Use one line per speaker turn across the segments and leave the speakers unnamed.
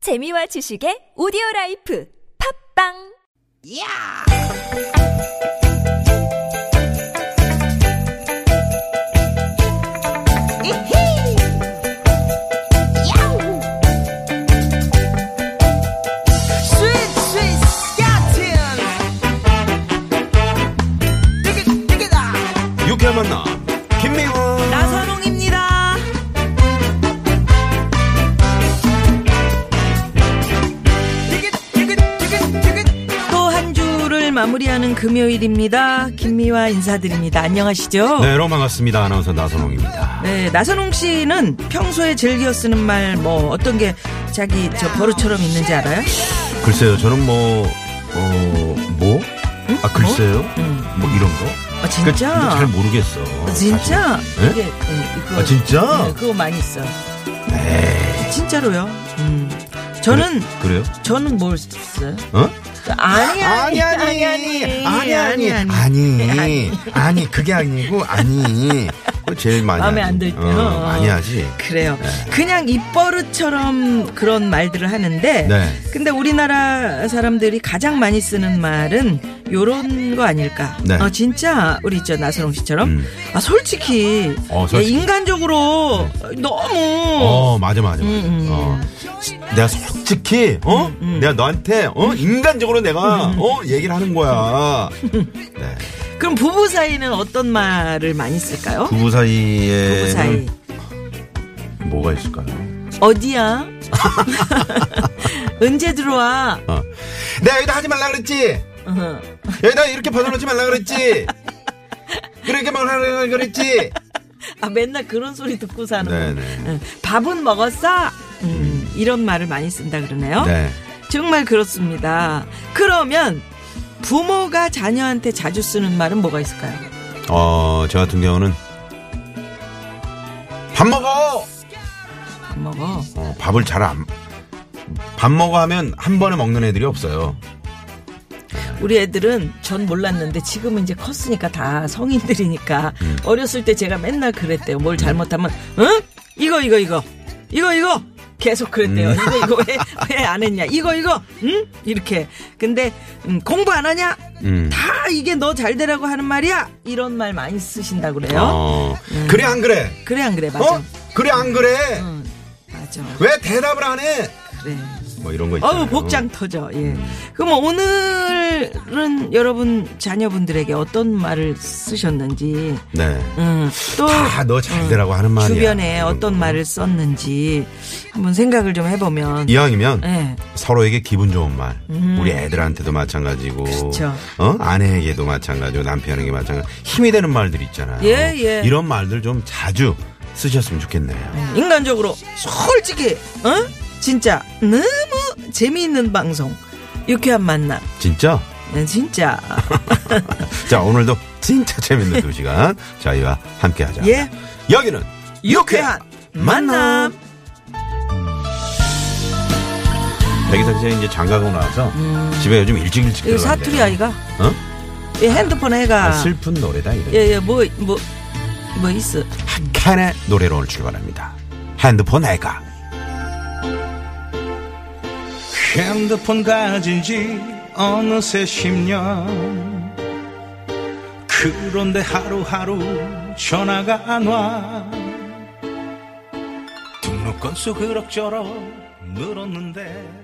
재미와 지식의 오디오 라이프 팝빵
Sweet, sweet Scotland. Dig it, dig it, ah.
유쾌한 만남 김미화
나선홍입니다. Dig it, dig it, dig it, dig it.
또 한 주를 마무리하는 금요일입니다. 김미화 인사드립니다. 안녕하시죠?
네 여러분 반갑습니다 아나운서 나선홍입니다
네, 나선홍 씨는 평소에 즐겨 쓰는 말 뭐 어떤 게 자기 저 버릇처럼 있는지 알아요?
글쎄요 저는 뭐, 어, 뭐어뭐아 글쎄요 뭐 이런 거
아, 진짜? 아,
근데 잘 모르겠어
진짜?
네?
이게, 네, 그거,
아, 진짜?
네, 그거 많이 써.
네.
진짜로요. 음. 저는
사실. 그래요
저는 뭘 써요?
어
아니 아니
아니 아니 아니 아니
네,
아니 아니 아니 그게 아니고 아니
그거 제일 많이
마음에
하지.
안들 때.
어,
어.
많이 하지
그래요.
네.
그냥 입버릇처럼 그런 말들을 하는데
네.
근데 우리나라 사람들이 가장 많이 쓰는 말은 요런 거 아닐까?
네.
어, 진짜 우리 있죠 나선홍 씨처럼
음.
아 솔직히,
어, 솔직히. 네.
예, 인간적으로 너무
어 맞아 맞아 맞아
음,
어. 내가 솔직히 어 내가 너한테 어 인간적으로 내가
음,
어 얘기를 하는 거야 네
그럼 부부 사이는 어떤 말을 많이 쓸까요?
부부 네. 사이에
부부 사이
뭐가 있을까요
어디야? 언제 들어와?
어 내가 여기다 하지 말라 그랬지
어.
여기다 이렇게 벗어놓지 말라 그랬지. 그렇게 말하라 그랬지.
아 맨날 그런 소리 듣고 사는 거.
네네.
응. 밥은 먹었어? 음, 이런 말을 많이 쓴다 그러네요.
네.
정말 그렇습니다. 그러면 부모가 자녀한테 자주 쓰는 말은 뭐가 있을까요?
어, 저 같은 경우는 밥 먹어.
밥 먹어.
어, 밥을 잘 안. 밥 먹어 하면 한 번에 먹는 애들이 없어요.
우리 애들은 전 몰랐는데 지금은 이제 컸으니까 다 성인들이니까
음.
어렸을 때 제가 맨날 그랬대요. 뭘 잘못하면 응? 이거 이거 이거 이거 이거 계속 그랬대요.
음.
이거 이거 왜 왜 안 했냐? 이거 이거 응? 이렇게. 근데 음, 공부 안 하냐?
음.
다 이게 너 잘 되라고 하는 말이야. 이런 말 많이 쓰신다 그래요. 음.
어. 그래 안 그래?
그래 안 그래 맞아.
어? 그래 안 그래?
응, 맞아.
왜 대답을 안 해?
그래.
뭐 이런 거 있잖아요.
어우 복장 터져. 예. 그럼 오늘은 여러분 자녀분들에게 어떤 말을 쓰셨는지,
네.
음, 또
다 너 잘 되라고 하는 말이야.
주변에
이런
어떤
거.
말을 썼는지 한번 생각을 좀 해보면,
이왕이면
예.
서로에게 기분 좋은 말. 우리 애들한테도 마찬가지고.
음. 그렇죠.
어? 아내에게도 마찬가지고 남편에게 마찬가지고. 힘이 되는 말들 있잖아요.
예, 예.
이런 말들 좀 자주 쓰셨으면 좋겠네요.
인간적으로 솔직히, 어? 진짜 너무 재미있는 방송, 유쾌한 만남,
진짜?
네, 진짜.
자, 오늘도 진짜 재밌는 두 시간 저희와 함께 하자.
예.
여기는 유쾌한 만남. 백이탁 씨가 이제 장가고 나서 집에 요즘 일찍 일찍
음.
들어간대요.
이거 사투리 아이가
어?
이 핸드폰 애가
아, 슬픈 노래다 이거.
예예 뭐 뭐 뭐 있어
캔의 노래로 오늘 출발합니다. 핸드폰 애가.
핸드폰 가진 지 어느새 10년 그런데 하루하루 전화가 안와 등록 건수 그럭저럭 늘었는데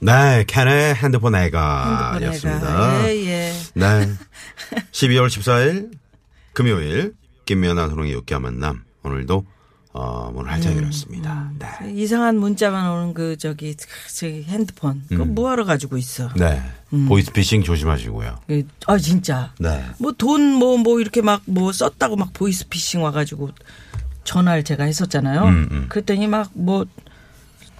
네, 캔의 핸드폰 애가
핸드폰
였습니다.
애가. 예, 예.
네. 12월 14일 금요일 김미연아 소롱의 육개한 만남 오늘도 어, 문을 활짝 열었습니다.
음,
네.
아, 이상한 문자만 오는 그 저기 저기 핸드폰 그거
음.
뭐하러 가지고 있어
네.
음.
보이스피싱 조심하시고요.
예, 아 진짜
네.
뭐 돈 뭐 뭐 이렇게 막 뭐 썼다고 막 보이스피싱 와가지고 전화를 제가 했었잖아요
음, 음.
그랬더니 막 뭐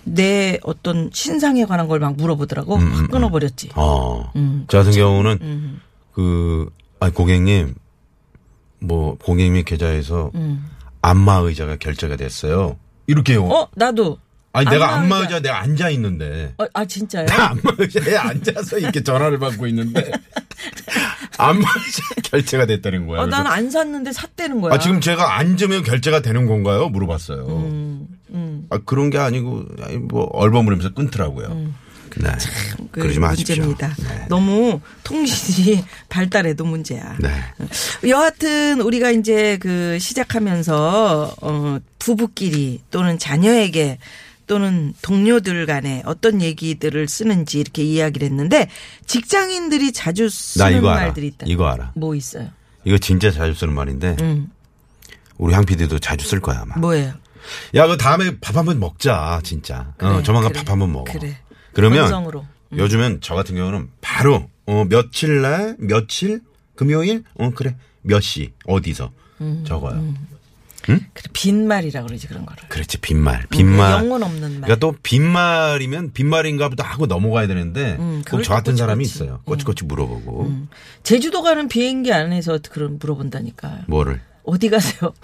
내 어떤 신상에 관한 걸 막 물어보더라고
음,
확 끊어버렸지
어.
음,
저 같은 경우는 그 아, 고객님 뭐 고객님 계좌에서 안마 의자가 결제가 됐어요. 이렇게요.
음. 어 나도
아니 내가
안마
안마
의자.
의자 내가 앉아 있는데
어, 아 진짜요
안마 의자에 앉아서 이렇게 전화를 받고 있는데 안마 의자 결제가 됐다는 거야.
아,
그래서
난 안 샀는데 샀다는 거야. 음,
아, 지금 제가 앉으면 결제가 되는 건가요? 물어봤어요. 아, 그런 게 아니고 아니, 뭐 얼버무리면서 끊더라고요. 네.
음. 그
그러지 마십시오.
문제입니다.
네.
너무 통신이 발달해도 문제야.
네.
여하튼 우리가 이제 그 시작하면서 어 부부끼리 또는 자녀에게 또는 동료들 간에 어떤 얘기들을 쓰는지 이렇게 이야기를 했는데 직장인들이 자주
나
쓰는
이거 알아.
말들이 있다.
이거 알아.
뭐 있어요?
이거 진짜 자주 쓰는 말인데
음.
우리 향 PD도 자주 쓸 거야 아마.
뭐예요?
야, 그 다음에 밥 한 번 먹자, 진짜. 어,
그래,
조만간
그래,
밥 한 번 먹어.
그래.
러면
건성으로. 음.
요즘엔 저 같은 경우는 바로 어, 며칠 날, 며칠, 금요일, 어 그래, 몇 시, 어디서
음,
적어요.
그래, 빈말이라 그러지 그런 거를.
그렇지 빈말, 빈말.
영혼 없는 말.
그러니까 또 빈말이면 빈말인가 보다 하고 넘어가야 되는데
음,
꼭
그걸
저 같은
꼬치꼬치. 음.
사람이 있어요. 꼬치꼬치 물어보고
제주도 가는 비행기 안에서 그런 물어본다니까.
뭐를.
어디 가세요?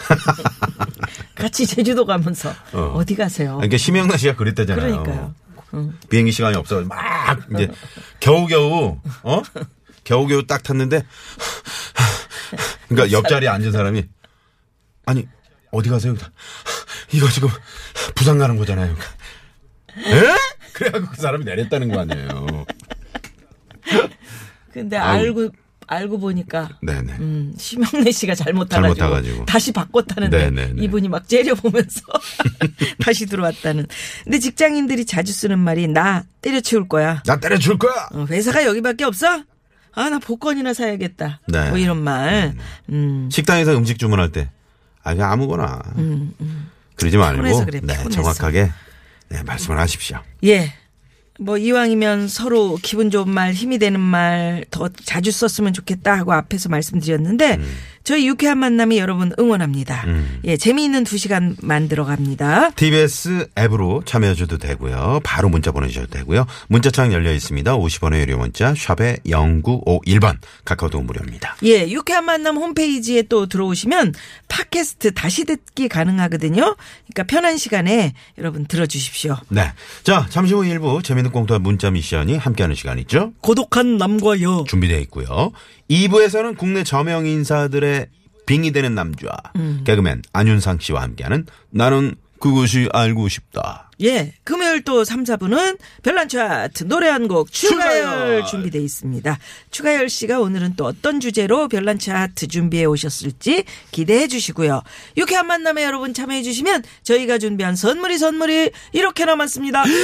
같이 제주도 가면서
어.
어. 디 가세요?
그러니까 심영나 씨가 그랬다잖아요. 어.
그러니까요. 음.
비행기 시간이 없어 막 이제 겨우겨우 어 겨우겨우 딱 탔는데 그러니까 옆자리에 앉은 사람이 아니 어디 가세요? 그러니까, 이거 지금 부산 가는 거잖아요. 그러니까. 에? 그래갖고 그 사람이 내렸다는 거 아니에요.
근데
아우.
알고 알고 보니까
네네.
음, 심형래 씨가 잘못해가지고
잘못해가지고.
다시 바꿨다는데
네네네.
이분이 막 째려보면서 다시 들어왔다는. 근데 직장인들이 자주 쓰는 말이 나 때려치울 거야.
나 때려줄 거야.
어, 회사가 여기밖에 없어? 아 나 복권이나 사야겠다.
네.
뭐 이런 말. 음.
식당에서 음식 주문할 때 아, 그냥 아무거나 그러지 말고
음. 피곤해서 그래,
네,
피곤해서.
정확하게 네, 말씀을 하십시오.
예. 뭐 이왕이면 서로 기분 좋은 말, 힘이 되는 말 더 자주 썼으면 좋겠다 하고 앞에서 말씀드렸는데
음.
저희 유쾌한 만남이 여러분 응원합니다. 예, 재미있는 두 시간 만들어 갑니다.
TBS 앱으로 참여해 주셔도 되고요. 바로 문자 보내주셔도 되고요. 문자창 열려 있습니다. 50원의 유료 문자 샵에 0951번 카카오톡 무료입니다.
예, 유쾌한 만남 홈페이지에 또 들어오시면 팟캐스트 다시 듣기 가능하거든요. 그러니까 편한 시간에 여러분 들어주십시오.
네. 자, 잠시 후 1부 재미있는 꽁트와 문자 미션이 함께하는 시간 있죠.
고독한 남과 여.
준비되어 있고요. 2부에서는 국내 저명 인사들의 빙이 되는 남자 개그맨 안윤상 씨와 함께하는 나는 그것이 알고 싶다.
예, 금요일 또 3, 4분은 별난 차트 노래 한 곡 추가열
추가열!
준비돼 있습니다. 추가열 씨가 오늘은 또 어떤 주제로 별난 차트 준비해 오셨을지 기대해 주시고요. 유쾌한 만남에 여러분 참여해 주시면 저희가 준비한 선물이 선물이 이렇게 남았습니다.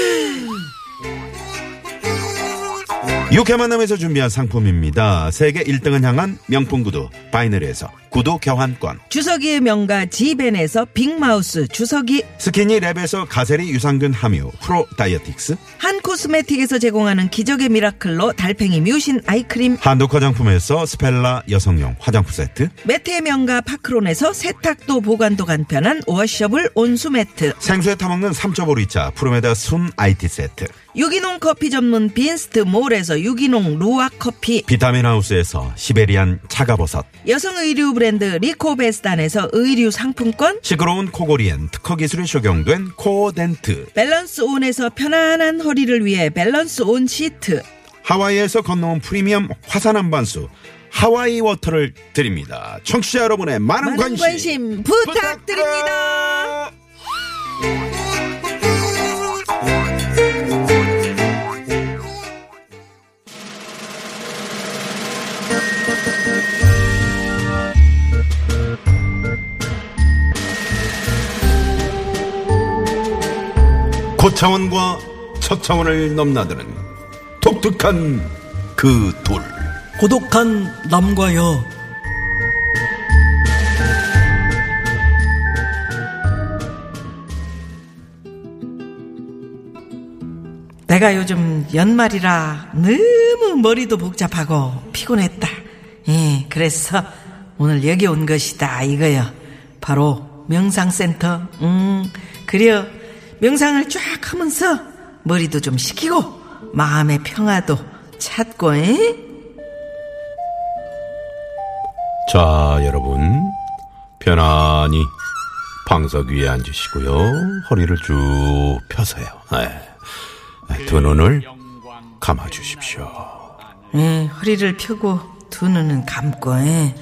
육회 만남에서 준비한 상품입니다. 세계 1등을 향한 명품 구두 바이너리에서 구두 교환권
주석이의 명가 지벤에서 빅마우스 주석이
스키니랩에서 가세리 유산균 함유 프로 다이어틱스
한 코스메틱에서 제공하는 기적의 미라클로 달팽이 뮤신 아이크림
한독 화장품에서 스펠라 여성용 화장품 세트
매트의 명가 파크론에서 세탁도 보관도 간편한 워셔블 온수 매트
생수에 타먹는 3.5리차 프로메다 순 IT 세트
유기농 커피 전문 빈스트 몰에서 유기농 루아 커피,
비타민 하우스에서 시베리안 차가버섯
여성 의류 브랜드 리코베스단에서 의류 상품권,
시끄러운 코골이엔 특허 기술이 적용된 코어덴트
밸런스 온에서 편안한 허리를 위해 밸런스 온 시트,
하와이에서 건너온 프리미엄 화산 한반수 하와이 워터를 드립니다 청취자 여러분의 많은,
많은 관심, 부탁드립니다.
부탁드립니다. 고차원과 저차원을 넘나드는 독특한 그 돌.
고독한 남과 여
내가 요즘 연말이라 너무 머리도 복잡하고 피곤했다. 예, 그래서 오늘 여기 온 것이다 이거요. 바로 명상센터. 음, 그려 명상을 쫙 하면서 머리도 좀 식히고 마음의 평화도 찾고. 예?
자, 여러분. 편안히 방석 위에 앉으시고요. 허리를 쭉 펴세요. 네. 두 눈을 감아 주십시오.
예, 허리를 펴고 두 눈은 감고. 예.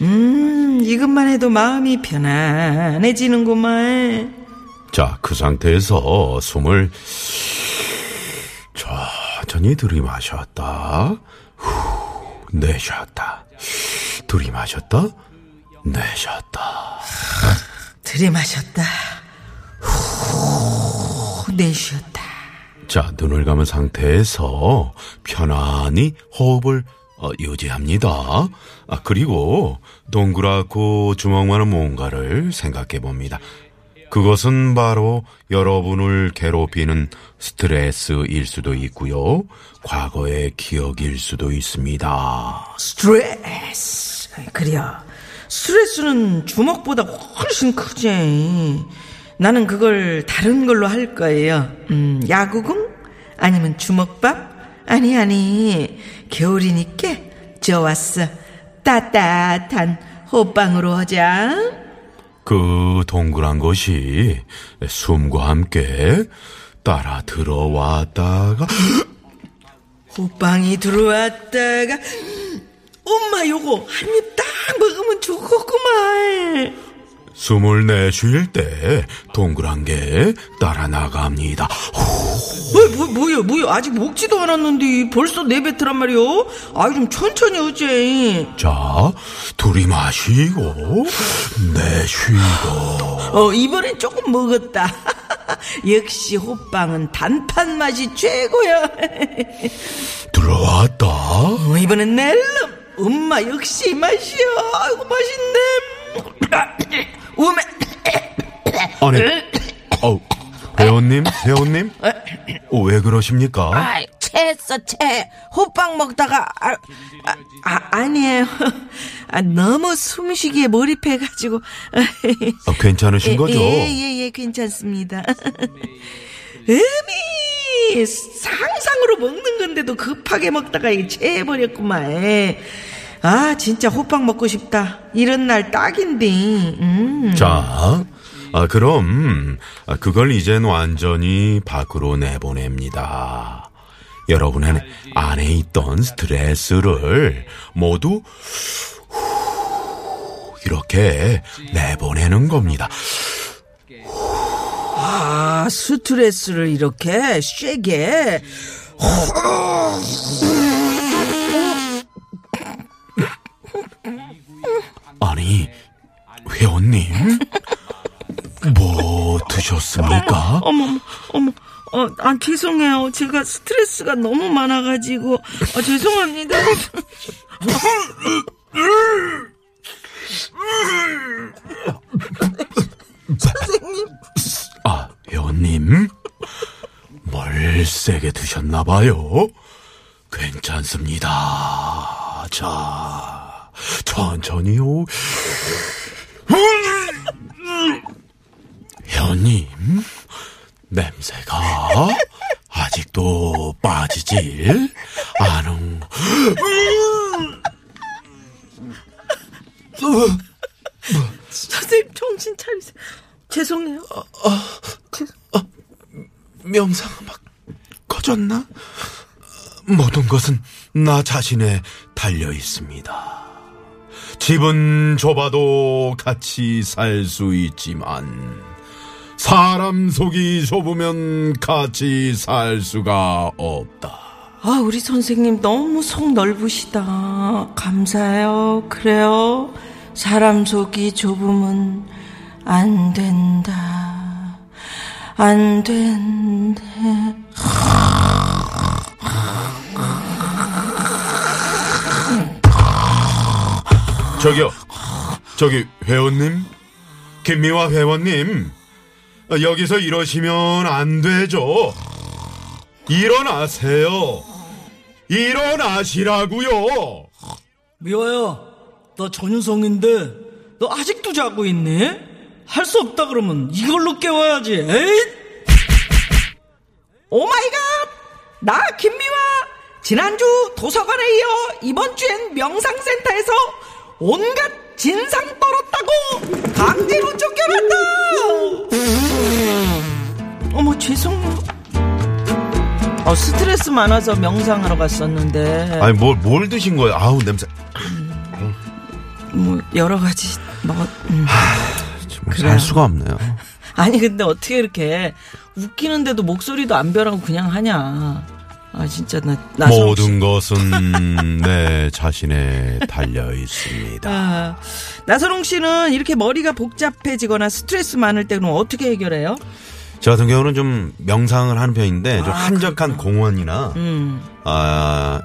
음, 이것만 해도 마음이 편안해지는구만.
자, 그 상태에서 숨을 천천히 들이마셨다. 후, 내쉬었다. 들이마셨다. 내쉬었다.
들이마셨다. 후, 내쉬었다.
자, 눈을 감은 상태에서 편안히 호흡을 어, 유지합니다. 아, 그리고 동그랗고 주먹 많은 뭔가를 생각해 봅니다. 그것은 바로 여러분을 괴롭히는 스트레스일 수도 있고요. 과거의 기억일 수도 있습니다.
스트레스. 그래요. 스트레스는 주먹보다 훨씬 크지. 나는 그걸 다른 걸로 할 거예요. 음, 야구공? 아니면 주먹밥? 아니, 아니. 겨울이니까 좋았어. 따뜻한 호빵으로 하자.
그 동그란 것이 숨과 함께 따라 들어왔다가
호빵이 들어왔다가 음, 엄마 요거 한 입 딱 먹으면 좋겠구만
숨을 내쉴 때 동그란 게 따라 나갑니다.
왜, 뭐, 뭐요 뭐요 아직 먹지도 않았는데 벌써 내뱉으란 말이요 아이 좀 천천히 어제
자, 들이마시고 네, 내쉬고
어 이번엔 조금 먹었다 역시 호빵은 단팥 맛이 최고야
들어왔다.
어, 이번엔 낼름 엄마 역시 이 맛이야 아이고 맛있네 우메
아니, 어우, 회원님, 회원님, 어, 왜 그러십니까?
아이, 채했어, 채. 호빵 먹다가, 아, 아, 아, 아니에요. 아, 너무 숨쉬기에 몰입해가지고.
어, 괜찮으신
예,
거죠?
예, 예, 예, 괜찮습니다. 음이 상상으로 먹는 건데도 급하게 먹다가 이게 채해버렸구만. 아, 진짜 호빵 먹고 싶다. 이런 날 딱인데. 음.
자, 아, 그럼 아, 그걸 이젠 완전히 밖으로 내보냅니다. 여러분의 안에 있던 스트레스를 모두 후, 이렇게 내보내는 겁니다.
아, 스트레스를 이렇게 쉐게.
아니, 회원님, 뭐 드셨습니까?
어머, 어머, 어, 아, 죄송해요. 제가 스트레스가 너무 많아가지고, 아, 죄송합니다.
아, 회원님, 뭘 세게 드셨나봐요. 괜찮습니다. 자, 천천히요. 회원님, 냄새가 아직도 빠지질 않은.
선생님, 정신 차리세요. 죄송해요.
명상은 막 커졌나? 모든 것은 나 자신에 달려 있습니다. 집은 좁아도 같이 살 수 있지만, 사람 속이 좁으면 같이 살 수가 없다.
아, 우리 선생님 너무 속 넓으시다. 감사해요. 그래요. 사람 속이 좁으면 안 된다. 안 된다.
저기요, 저기, 회원님? 김미화 회원님, 여기서 이러시면 안 되죠. 일어나세요. 일어나시라고요.
미화야, 나 전유성인데 너 아직도 자고 있니? 할 수 없다 그러면 이걸로 깨워야지. 에잇!
오 마이 갓! 나 김미화! 지난주 도서관에 이어 이번 주엔 명상센터에서 온갖 진상 떨었다고 강제로 쫓겨났다! 어머, 죄송해요. 어, 스트레스 많아서 명상하러 갔었는데,
아니 뭘, 뭘 드신 거예요? 아우 냄새.
뭐, 여러 가지, 먹었, 음.
정말 살 수가 없네요.
아니 근데 어떻게 이렇게 웃기는데도 목소리도 안 변하고 그냥 하냐? 아 진짜 나 나서
모든 것은 내 자신에 달려 있습니다.
아, 나선홍 씨는 이렇게 머리가 복잡해지거나 스트레스 많을 때 그럼 어떻게 해결해요?
저 같은 경우는 좀 명상을 하는 편인데
아,
좀 한적한 공원이나
음.
아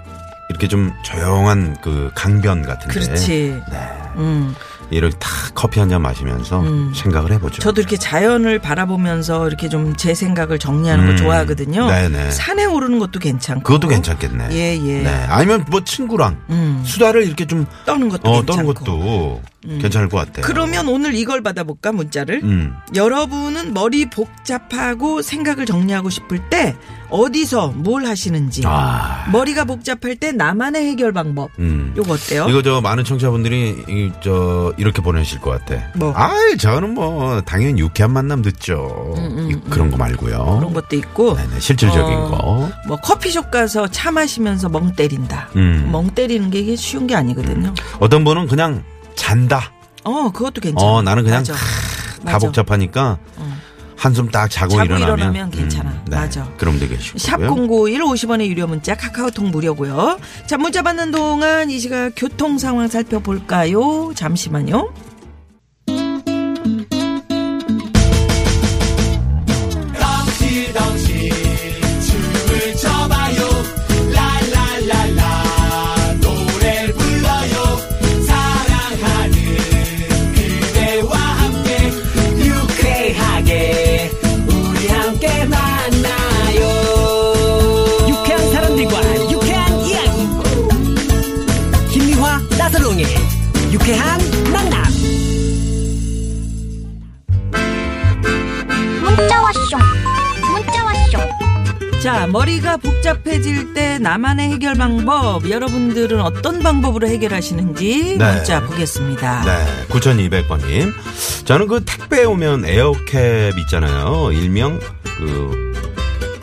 이렇게 좀 조용한 그 강변 같은데
그렇지. 음.
이를 탁 커피 한 잔 마시면서 생각을 해보죠.
저도 이렇게 자연을 바라보면서 이렇게 좀 제 생각을 정리하는
음.
거 좋아하거든요.
네네.
산에 오르는 것도 괜찮고.
그것도 괜찮겠네.
예, 예.
네. 아니면 뭐 친구랑
음.
수다를 이렇게 좀
떠는 것도
어, 떠는
괜찮고. 음.
것도 괜찮을 것 같아요.
그러면 오늘 이걸 받아볼까 문자를.
음.
여러분은 머리 복잡하고 생각을 정리하고 싶을 때 어디서 뭘 하시는지
아.
머리가 복잡할 때 나만의 해결 방법
음.
요거 어때요?
이거 저 많은 청취자분들이 이, 저 이렇게 보내실 것 같아.
뭐?
아이 저는 뭐 당연히 유쾌한 만남 듣죠. 이- 그런 거 말고요.
음, 그런 것도 있고
네네, 실질적인
어,
거.
뭐 커피숍 가서 차 마시면서 멍 때린다.
음.
멍 때리는 게 이게 쉬운 게 아니거든요.
어떤 분은 그냥 잔다.
어 그것도 괜찮아.
어 나는 그냥
맞아.
다
맞아. 어.
복잡하니까 한숨 딱 자고,
자고
일어나면, 음, 네,
일어나면 괜찮아. 맞아.
그럼 되게 쉽고요.
샵 공고일 50원의 유료 문자 카카오톡 무료고요. 자 문자 받는 동안 이 시각 교통 상황 살펴볼까요? 잠시만요.
유쾌한 사람들과 유쾌한 이야기 김미화 나선롱의 유쾌한 만남
문자 왔쇼 문자 왔쇼
자, 머리가 복잡해질 때 나만의 해결 방법. 여러분들은 어떤 방법으로 해결하시는지
네.
문자 보겠습니다.
네, 9200번님. 저는 그 택배 오면 에어캡 있잖아요. 일명 그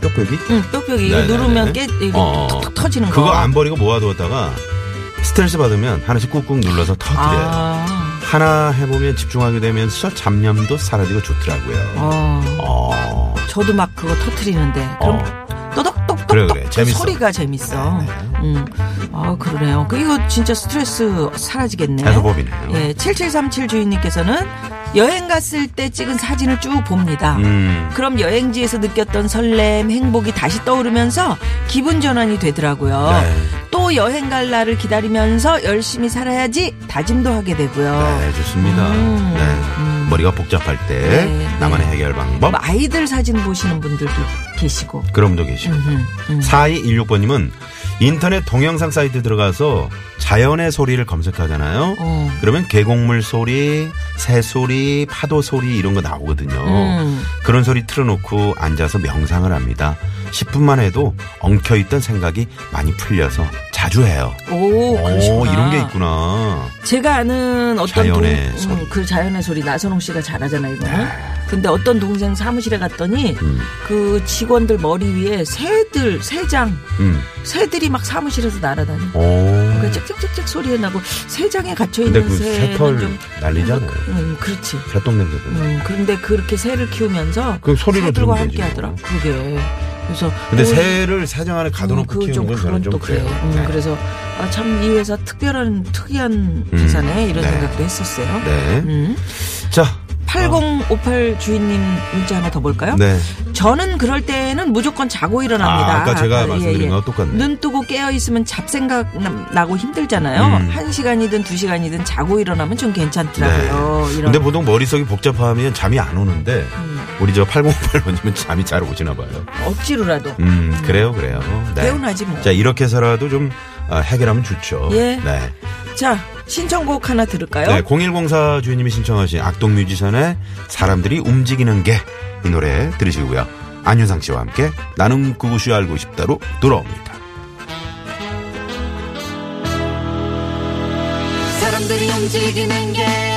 뼈빼기?
응, 뾱뾱이 이거
네, 네,
음, 누르면
네.
깨, 이거
어.
톡톡 터지는 거.
그거 안 버리고 모아두었다가 스트레스 받으면 하나씩 꾹꾹 눌러서 터뜨려요.
아,
하나 해보면 집중하게 되면서 잡념도 사라지고 좋더라고요.
어.
어.
저도 막 그거 터트리는데. 그럼 또덕똑똑똑
그래, 그래. 재밌어.
소리가 재밌어.
네, 네.
음. 아, 그러네요. 그 이거 진짜 스트레스 사라지겠네.
해소법이네요.
예, 7737 주인님께서는 여행 갔을 때 찍은 사진을 쭉 봅니다.
음.
그럼 여행지에서 느꼈던 설렘, 행복이 다시 떠오르면서 기분 전환이 되더라고요.
네.
또 여행 갈 날을 기다리면서 열심히 살아야지 다짐도 하게 되고요.
네, 좋습니다.
음.
네. 머리가 복잡할 때
네,
나만의 해결 방법.
뭐 아이들 사진 보시는 분들도 계시고.
그럼도 계시고.
음, 음.
4216번님은 인터넷 동영상 사이트 들어가서 자연의 소리를 검색하잖아요.
어.
그러면 계곡물 소리, 새 소리, 파도 소리 이런 거 나오거든요.
음.
그런 소리 틀어놓고 앉아서 명상을 합니다. 10분만 해도 엉켜있던 생각이 많이 풀려서 자주 해요.
오, 어, 그러시구나.
이런 게 있구나.
제가 아는 어떤
자연의
동,
소리. 네.
그 자연의 소리 나선홍 씨가 잘하잖아요, 이거는. 근데 어떤 동생 사무실에 갔더니
음.
그 직원들 머리 위에 새들, 새장,
음.
새들이 막 사무실에서 날아다니.
오.
그 찍찍찍 소리 나고 새장에 갇혀
근데
있는
그
새는
새털
좀
날리잖아요.
음, 그렇지.
새똥 냄새 때문에.
음, 그런데 그렇게 새를 키우면서
그럼 소리로
새들과
들으면 되지,
함께
뭐.
하더라. 그게. 그래서
근데
오,
새를 사장 안에
음,
가둬놓고
그거
키우는 건 저는 좀
또
그래요.
그래요. 음,
네.
그래서 아, 참 이 회사 특별한 특이한
음,
회사네 이런
네.
생각도 했었어요.
네.
음.
자.
8058 주인님 문자 하나 더 볼까요?
네.
저는 그럴 때는 무조건 자고 일어납니다. 예,
아, 아까 제가 말씀드린 거하고 똑같네.
눈 뜨고 깨어 있으면 잡생각 나- 나고 힘들잖아요.
음.
한 시간이든 두 시간이든 자고 일어나면 좀 괜찮더라고요. 이런.
네.
음.
근데 보통 머릿속이 복잡하면 잠이 안 오는데, 우리 저 8058번님은 잠이 잘 오시나 봐요.
억지로라도
뭐 음, 그래요, 그래요. 네.
개운하지 뭐.
자, 이렇게 해서라도 좀 아, 해결하면 좋죠.
예.
네.
자 신청곡 하나 들을까요?
네, 0104 주인님이 신청하신 악동 뮤지션의 사람들이 움직이는 게 이 노래 들으시고요. 안윤상 씨와 함께 나는 그곳이 알고 싶다로 돌아옵니다.
사람들이 움직이는 게